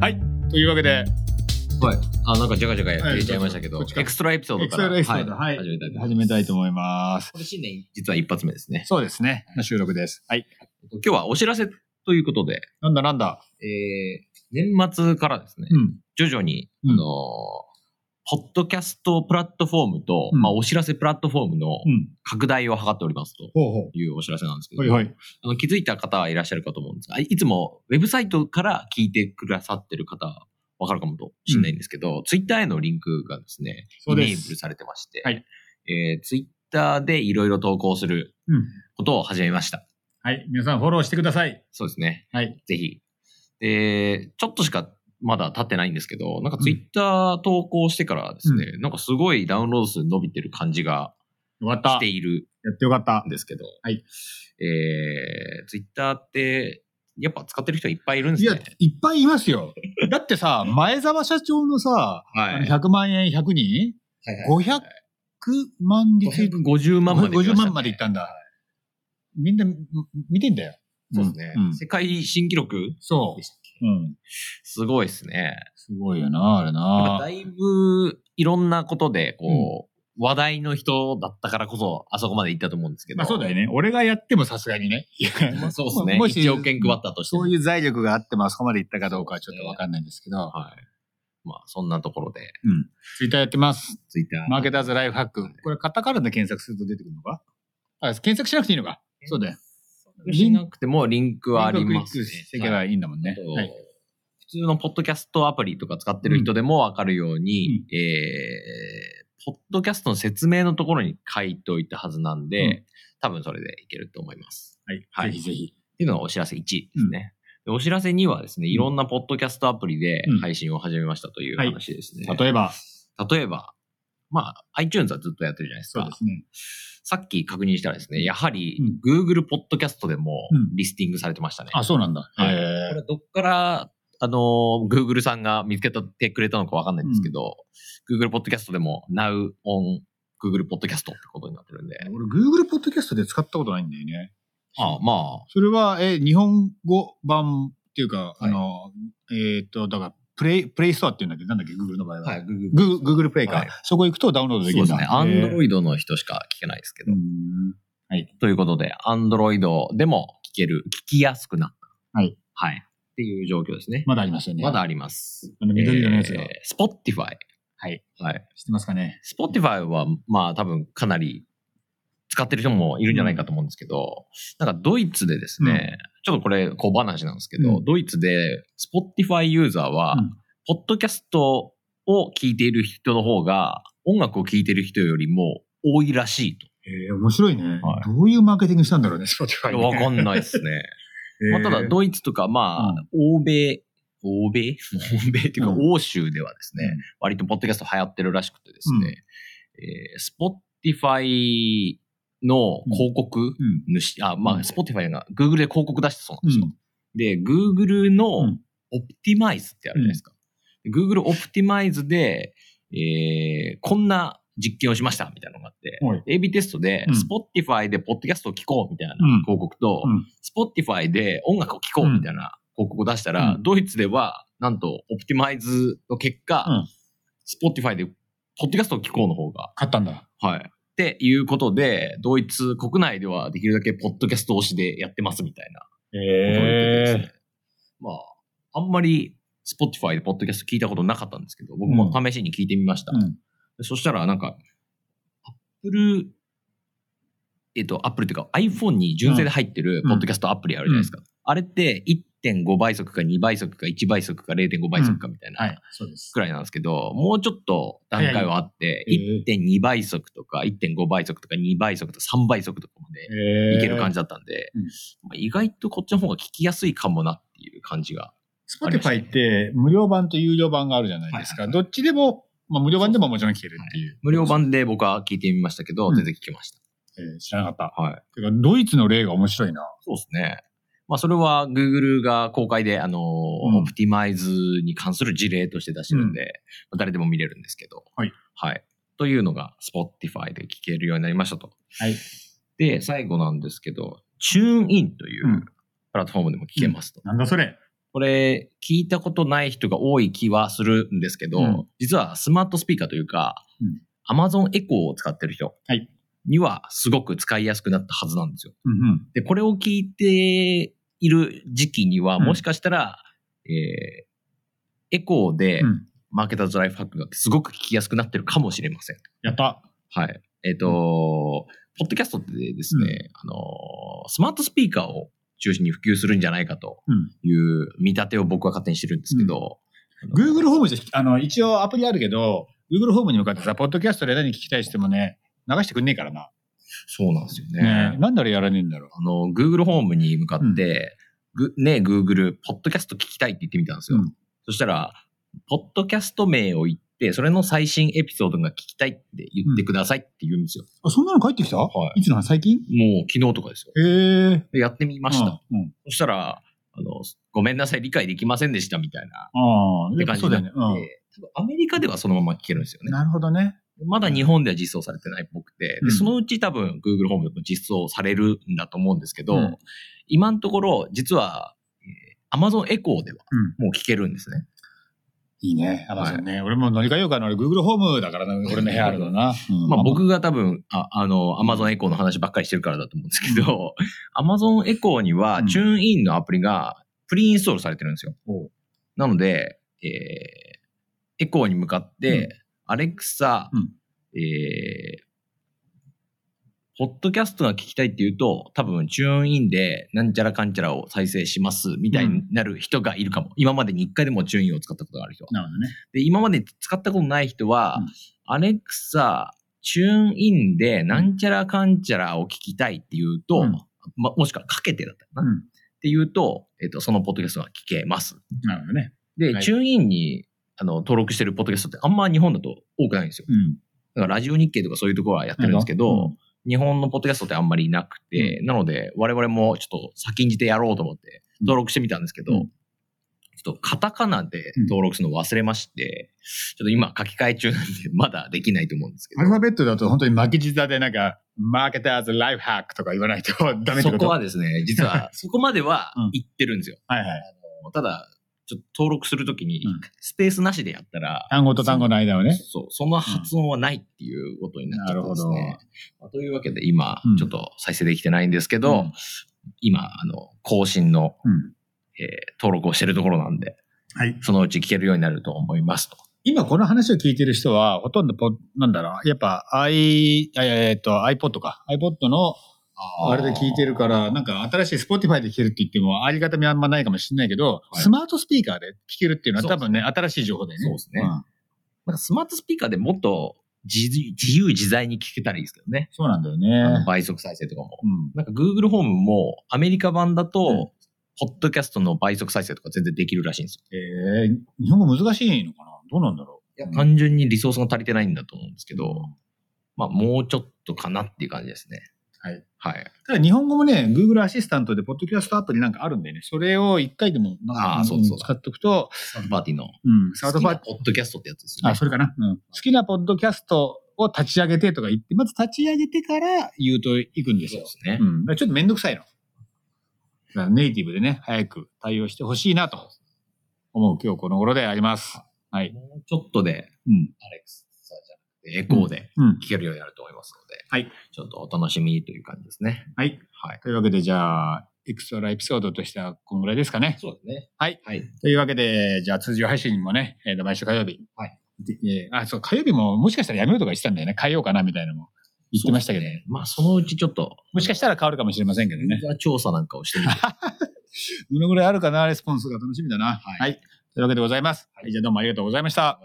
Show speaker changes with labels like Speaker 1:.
Speaker 1: はい。というわけで、
Speaker 2: はい。あ、なんかじゃがじゃが入れちゃいましたけど、
Speaker 1: はいどうぞこっちから
Speaker 2: エクストラエピソードから。
Speaker 1: エクストラエピソードはい
Speaker 2: 始めた
Speaker 1: 始めたい
Speaker 2: いと思います
Speaker 1: と思います。
Speaker 2: これ新年実は一発目ですね。
Speaker 1: そうですね。収録です。はい。
Speaker 2: 今日はお知らせということで、
Speaker 1: なんだなんだ。
Speaker 2: えー、年末からですね、
Speaker 1: ん。
Speaker 2: 徐々に、
Speaker 1: うん
Speaker 2: あのーポッドキャストプラットフォームと、
Speaker 1: うん
Speaker 2: まあ、お知らせプラットフォームの
Speaker 1: うん。
Speaker 2: 拡大を図っておりますと
Speaker 1: ほうほ
Speaker 2: いうお知らせなんですけ
Speaker 1: う。
Speaker 2: ど、
Speaker 1: はいはい。
Speaker 2: あの気づいた方はいらっしゃるかと思うんですが、いいつもウェブサイトから聞いてくださってる方、わかるかもとしんないんですけど、ツイッターへのリンクがですね、
Speaker 1: そう
Speaker 2: イ
Speaker 1: で
Speaker 2: ネ
Speaker 1: す
Speaker 2: ーブルされてまして、
Speaker 1: はい
Speaker 2: えツイッター Twitter でいろいろ投稿する
Speaker 1: うん。
Speaker 2: ことを始めました。
Speaker 1: はい。皆さんフォローしてください。
Speaker 2: そうですね。
Speaker 1: はい。
Speaker 2: ぜひ。で、ちょっとしかまだ経ってないんですけど、なんかツイッター投稿してからですね、なんかすごいダウンロード数伸びてる感じが
Speaker 1: よかった。
Speaker 2: し
Speaker 1: や
Speaker 2: ている
Speaker 1: ってよかった
Speaker 2: ん。ですけど、
Speaker 1: はい。
Speaker 2: えー、ツイッターって、やっぱ使ってる人いっぱいいるんで
Speaker 1: い
Speaker 2: す
Speaker 1: や
Speaker 2: ね。、
Speaker 1: いっぱいいます よ。だってさ、前澤社長のさ、
Speaker 2: はい。はい
Speaker 1: 100万円100人
Speaker 2: はい
Speaker 1: ?500 万リツイート。
Speaker 2: 550万まで行き
Speaker 1: 550
Speaker 2: ましたね
Speaker 1: 万までいったんだ。みんな見てんだよ。
Speaker 2: そうですね、
Speaker 1: うん
Speaker 2: 世界新記録
Speaker 1: そ
Speaker 2: でしたっけ
Speaker 1: う。うん。
Speaker 2: すごいですね。
Speaker 1: すごいよな、あれな。
Speaker 2: だいぶいろんなことで、こう、話題の人だったからこそ、あそこまで行ったと思うんですけど。
Speaker 1: まあそうだよね。俺がやってもさすがにね。
Speaker 2: まあそうですね。
Speaker 1: もし
Speaker 2: 1億円配ったとして
Speaker 1: そ
Speaker 2: も。
Speaker 1: ういう財力があってもあそこまで行ったかどうかはちょっとわかんないんですけど。
Speaker 2: はい。まあ、そんなところで、
Speaker 1: うん。ツイッターやってます。
Speaker 2: ツイッター。
Speaker 1: マーケターズライフハック。これカタカナで検索すると出てくるのかあ、検索しなくていいのかそうだよ。
Speaker 2: しなくてもリンクはあります、
Speaker 1: クリッ
Speaker 2: ね。
Speaker 1: クしてけば
Speaker 2: はい
Speaker 1: いいんだもんね。
Speaker 2: あと
Speaker 1: はい。
Speaker 2: 普通のポッドキャストアプリとか使ってる人でもわかるように、えー、ポッドキャストの説明のところに書いておいたはずなんで、
Speaker 1: うん
Speaker 2: 多分それでいけると思います。
Speaker 1: は。
Speaker 2: はいい
Speaker 1: ぜひぜひ。
Speaker 2: っていうのがお知らせ1ですね。でお知らせ2はですね、いろんなポッドキャストアプリで
Speaker 1: うん
Speaker 2: 配信を始めましたという
Speaker 1: はい
Speaker 2: 話ですね。
Speaker 1: 例えば、
Speaker 2: 例えば、まあ、iTunes はずっとやってるじゃないです
Speaker 1: そう
Speaker 2: か
Speaker 1: で。すね。
Speaker 2: さっき確認したらですね、やはり Google ポッドキャストでも
Speaker 1: うん
Speaker 2: リスティングされてましたね。
Speaker 1: あ、そうなんだ。
Speaker 2: は
Speaker 1: へ
Speaker 2: いこ
Speaker 1: ー
Speaker 2: れどっから、あのー、Google さんが見つけてくれたのかわかんないんですけど、Google ポッドキャストでも Now on Google ポッドキャストってことになってるんで、
Speaker 1: 俺、Google ポッドキャストで使ったことないんだよね。
Speaker 2: あまあ、
Speaker 1: それは、え、日本語版っていうか、
Speaker 2: はい
Speaker 1: あの、えーっと、だから、プレイ、プレイストアっていうんだけど、なんだっけ、Google の場合は。
Speaker 2: はい、Google
Speaker 1: グ Google プレイか、
Speaker 2: はい
Speaker 1: そこ行くとダウンロードでき
Speaker 2: そう
Speaker 1: る
Speaker 2: で
Speaker 1: ん
Speaker 2: す
Speaker 1: だ。
Speaker 2: ね。
Speaker 1: へー
Speaker 2: Android の人しか聞けないですけ
Speaker 1: う
Speaker 2: ど。
Speaker 1: ん
Speaker 2: ということで、Android でも聞ける、聞きやすくなった。
Speaker 1: はい。
Speaker 2: はい。っていう状況ですね。
Speaker 1: まだありますよね。
Speaker 2: まだあります。
Speaker 1: あの緑色のやつが
Speaker 2: えー Spotify。
Speaker 1: はい。
Speaker 2: はい。
Speaker 1: 知ってますかね。
Speaker 2: Spotify は、まあ多分かなり使ってる人もいるんじゃないかと思うんですけど、なんかドイツでですね、ちょっとこれ小話なんですけど、
Speaker 1: うん
Speaker 2: ドイツで Spotify ユーザーは、
Speaker 1: うん
Speaker 2: ポッドキャストを聞いている人の方が、音楽を聞いている人よりも多いらし いと。
Speaker 1: えー、面白いね、
Speaker 2: はい
Speaker 1: どういうマーケティングしたんだろうね、Spotify ね。
Speaker 2: わかんないですね。まあ、ただ、
Speaker 1: う
Speaker 2: ドイツとか、まあ、欧米、欧米欧米っていうか
Speaker 1: う、ん
Speaker 2: 欧州ではですね、
Speaker 1: うん
Speaker 2: 割とポッドキャスト流行ってるらしくてですね、えー、スポティファイの広告
Speaker 1: うん。
Speaker 2: 主、あ、ま
Speaker 1: う
Speaker 2: あ、
Speaker 1: ん
Speaker 2: スポティファイが Google で広告出してそうなん
Speaker 1: う
Speaker 2: ですよ。
Speaker 1: ん。
Speaker 2: で、Google
Speaker 1: う
Speaker 2: の
Speaker 1: ん
Speaker 2: オプティマイズってあるじゃないですか。Google オプティマイズで、えー、こんな実験をしましたみたいなのがあって、
Speaker 1: はい。
Speaker 2: AB テストで
Speaker 1: うん、
Speaker 2: Spotify でポッドキャストを聞こうみたいな
Speaker 1: うん
Speaker 2: 広告と
Speaker 1: うん、
Speaker 2: Spotify で音楽を聴こうみたいな広告を出したら
Speaker 1: う、ん
Speaker 2: ドイツでは、なんと、オプティマイズの結果
Speaker 1: うん、
Speaker 2: Spotify で、ポッドキャストを聴こうの方が、
Speaker 1: 買ったんだ。
Speaker 2: はい。っていうことで、ドイツ国内ではできるだけポッドキャスト推しでやってますみたいなことを言っててですねまあ、あんまり Spotify でポッドキャスト聞いたことなかったんですけど、僕も試しに聞いてみました。
Speaker 1: うん。
Speaker 2: でそしたら、なんか、アップル、えっと、アップルっていうか iPhone に純正で入ってる
Speaker 1: うん
Speaker 2: ポッドキャストアプリあるじゃないですか。あれって1.5倍速か2倍速か1倍速か0.5倍速かみたい
Speaker 1: は。
Speaker 2: ない
Speaker 1: そうです
Speaker 2: く。らいなんですけど、もうちょっと段階はあって、
Speaker 1: 早い
Speaker 2: 1.2倍速とか1.5倍速とか2倍速とか3倍速とかまで
Speaker 1: え
Speaker 2: いける感
Speaker 1: じ。
Speaker 2: じだったんで、
Speaker 1: うん
Speaker 2: まあ意外とこっちの方が聞きやすいかもなっていう感じが。
Speaker 1: Spotify って無料版と有料版があるじゃないですか。
Speaker 2: はい
Speaker 1: どっちでも、まあ無料版でももちろん聞けるっていう。
Speaker 2: 無料版で僕は聞いてみましたけど、
Speaker 1: うん
Speaker 2: 全然聞きまし。
Speaker 1: えー知らなかった
Speaker 2: はい。
Speaker 1: た。てか、ドイツの例が面白いな。
Speaker 2: そうですね。まあ、それは Google が公開で、あのー、
Speaker 1: ん
Speaker 2: オプティマイズに関する事例として出してるんで、まあ誰でも見れるんですけど。
Speaker 1: はい。
Speaker 2: はい。というのが Spotify で聞けるようになりましたと。
Speaker 1: はい。
Speaker 2: で、最後なんですけど、TuneIn といううんプラットフォームでも聞けますと。
Speaker 1: なんだそれ。
Speaker 2: これ、聞いたことない人が多い気はするんですけど、
Speaker 1: うん
Speaker 2: 実はスマートスピーカーというか、
Speaker 1: うん
Speaker 2: Amazon エコーを使ってる人
Speaker 1: はい
Speaker 2: にはすごく使いやすくなったはずなんですよ。
Speaker 1: うんうん。
Speaker 2: で、これを聞いている時期には、
Speaker 1: うん
Speaker 2: もしかしたら、えーエコーで
Speaker 1: うん
Speaker 2: マーケターズライフハックがすごく聞きやすくなってるかもしれません。
Speaker 1: やった。
Speaker 2: はい。えっ、と、ポッドキャストってですね、あの、スマートスピーカーを中心に普及するんじゃないかと
Speaker 1: うん
Speaker 2: いう見立てを僕は勝手にしてるんですけど、あの
Speaker 1: Google ホームじゃ、あの、一応アプリあるけど、Google ホームに向かってさ、ポッドキャストで何聞きたいしてもね、流してくんねえからな。
Speaker 2: そうなんですよね。
Speaker 1: ねなんであれやらねえんだろ
Speaker 2: あの、Google ホームに向かって、ぐね、Google、ポッドキャスト聞きたいって言ってみたんですよ。
Speaker 1: うん
Speaker 2: そしたら、ポッドキャスト名を言って、それの最新エピソードが聞きたいって言ってくださいって言うんですよ。
Speaker 1: う。あ、そんなの帰ってきた
Speaker 2: はい
Speaker 1: つの話最近
Speaker 2: もう昨日とかですよ。
Speaker 1: へえ。
Speaker 2: でやってみました。
Speaker 1: うん。うん
Speaker 2: そしたら、あの、ごめんなさい、理解できませんでしたみたいな。
Speaker 1: ああ、
Speaker 2: っ
Speaker 1: や
Speaker 2: て
Speaker 1: っぱ
Speaker 2: 感じ
Speaker 1: そう
Speaker 2: に
Speaker 1: だ
Speaker 2: な
Speaker 1: よ
Speaker 2: って
Speaker 1: ね。うん。
Speaker 2: 多分アメリカではそのまま聞けるんですよね。
Speaker 1: なるほどね。
Speaker 2: まだ日本では実装されてないっぽくて、
Speaker 1: うん
Speaker 2: でそのうち多分 Google ホームでも実装されるんだと思うんですけど、
Speaker 1: うん
Speaker 2: 今のところ実は、えー Amazon エコーではもう聞けるんですね。
Speaker 1: いいね。あの
Speaker 2: はい
Speaker 1: ね。俺も乗り換えようかな。俺 Google ホームだからな。俺の部屋あるのな。 うん
Speaker 2: まあ、僕が多分、ああの、Amazon エコーの話ばっかりしてるからだと思うんですけど、Amazon エコーには
Speaker 1: うん
Speaker 2: チューンインのアプリがプリインストールされてるんですよ。
Speaker 1: おう
Speaker 2: なので、えーエコーに向かって、アレクサ、
Speaker 1: うん
Speaker 2: えーポッドキャストが聞きたいって言うと、多分、チューンインで、なんちゃらかんちゃらを再生します、みたいになる人がいるかも。今までに一回でもチューンインを使ったことがある人は。
Speaker 1: なるほどね。
Speaker 2: で、今まで使ったことない人は、
Speaker 1: うん
Speaker 2: アレクサ、チューンインで、なんちゃらかんちゃらを聞きたいって言うと、
Speaker 1: うん
Speaker 2: ま、もしくはかけてだったかな、
Speaker 1: う
Speaker 2: っ
Speaker 1: ん。
Speaker 2: て言うと、えっ、と、そのポッドキャストが聞けます。
Speaker 1: なるほどね。
Speaker 2: で、
Speaker 1: はい
Speaker 2: チューンインにあの登録してるポッドキャストってあんま日本だと多くないんですよ。
Speaker 1: うん。
Speaker 2: だからラジオ日経とかそういうところはやってるんですけど、日本のポッドキャストってあんまりいなくて、なので我々もちょっと先んじてやろうと思って
Speaker 1: うん
Speaker 2: 登録してみたんですけど、
Speaker 1: うん
Speaker 2: ちょっとカタカナで登録するの忘れまして、ちょっと今書き換え中なんで まだできないと思うんですけ
Speaker 1: アルフ
Speaker 2: ど、
Speaker 1: ァベットだと本当に巻き舌でなんか、マーケターズライフハックとか言わないとダメって
Speaker 2: そ
Speaker 1: こと
Speaker 2: こはですね、実はそこまでは
Speaker 1: うん
Speaker 2: 行ってるんですよ。
Speaker 1: はいはい。
Speaker 2: ただ、ちょっと登録するときに
Speaker 1: うん
Speaker 2: スペースなしでやったら、
Speaker 1: 単語と単語の間をね。
Speaker 2: そう、その発音はないっていうことになっちゃったんです
Speaker 1: なる
Speaker 2: ね。まあというわけで今
Speaker 1: うん、
Speaker 2: ちょっと再生できてないんですけど、今、あの、更新の、
Speaker 1: うん
Speaker 2: えー登録をしてるところなんで、
Speaker 1: はい。
Speaker 2: そのうち聞けるようになると思いますと。。
Speaker 1: 今この話を聞いてる人は、ほとんどポ、なんだろう、やっぱ i、あえーっと iPod か。iPod のあれで聞いてるからら、なんか新しい Spotify で聞けるって言っても、ありがたみあんまないかもしれないけど、
Speaker 2: はい
Speaker 1: スマートスピーカーで聞けるっていうのは
Speaker 2: そう
Speaker 1: 多
Speaker 2: ですね
Speaker 1: 分ね、新しい情報だよね。
Speaker 2: そうですね
Speaker 1: ん
Speaker 2: なんかスマートスピーカーでもっと自自由自在に聞けたらいいですけどね。
Speaker 1: そうなんだよ
Speaker 2: あ
Speaker 1: ね
Speaker 2: の。倍速再生とかも。
Speaker 1: うん。
Speaker 2: なんか Google ホームもアメリカ版だと、
Speaker 1: うん
Speaker 2: ポッドキャストの倍速再生とか全然できるらしいんですよ。
Speaker 1: えー、日本語難しいのかなどうなんだろう
Speaker 2: いや
Speaker 1: うん
Speaker 2: 単純にリソースが足りてないんだと思うんですけど、まあもうちょっとかなっていう感じですね。
Speaker 1: はい。
Speaker 2: はい。
Speaker 1: ただ日本語もね、Google アシスタントで、ポッドキャストアプリなんかあるんでね、それを一回でも、なんか
Speaker 2: あーそうそう
Speaker 1: 使っておくと、
Speaker 2: サードパーティーの。
Speaker 1: うん、サードパーティー
Speaker 2: 好きなポッドキャストってやつですね。
Speaker 1: あ、それかな。うん。好きなポッドキャストを立ち上げてとか言って、まず立ち上げてから言うといくんです
Speaker 2: そう
Speaker 1: よ
Speaker 2: で。すね
Speaker 1: う。ん。だからちょっとめんどくさいの。だからネイティブでね、早く対応してほしいなと思う今日この頃であります。はい。
Speaker 2: もうちょっとで、
Speaker 1: うん。
Speaker 2: アレクサじゃなくて、エコーで
Speaker 1: うん。
Speaker 2: 聞けるようになると思いますので、
Speaker 1: はい。
Speaker 2: ちょっとお楽しみにという感じですね。
Speaker 1: はい。
Speaker 2: はい。
Speaker 1: というわけで、じゃあ、エクストラエピソードとしてはこのぐらいですかね。
Speaker 2: そうですね。
Speaker 1: はい。
Speaker 2: はい。
Speaker 1: というわけで、じゃあ通常配信もね、えーと毎週火曜日。
Speaker 2: はい。
Speaker 1: でえーあ、そう、火曜日ももしかしたらやめようとか言ってたんだよね。変えようかなみたいなのも言ってましたけどね。
Speaker 2: まあ、そのうちちょっと、
Speaker 1: もしかしたら変わるかもしれませんけどね
Speaker 2: ユ。ーザー調査なんかをしてみて、
Speaker 1: どのぐらいあるかな、レスポンスが楽しみだな。はい。というわけでございます。はい、じゃあどうもありがとうございました。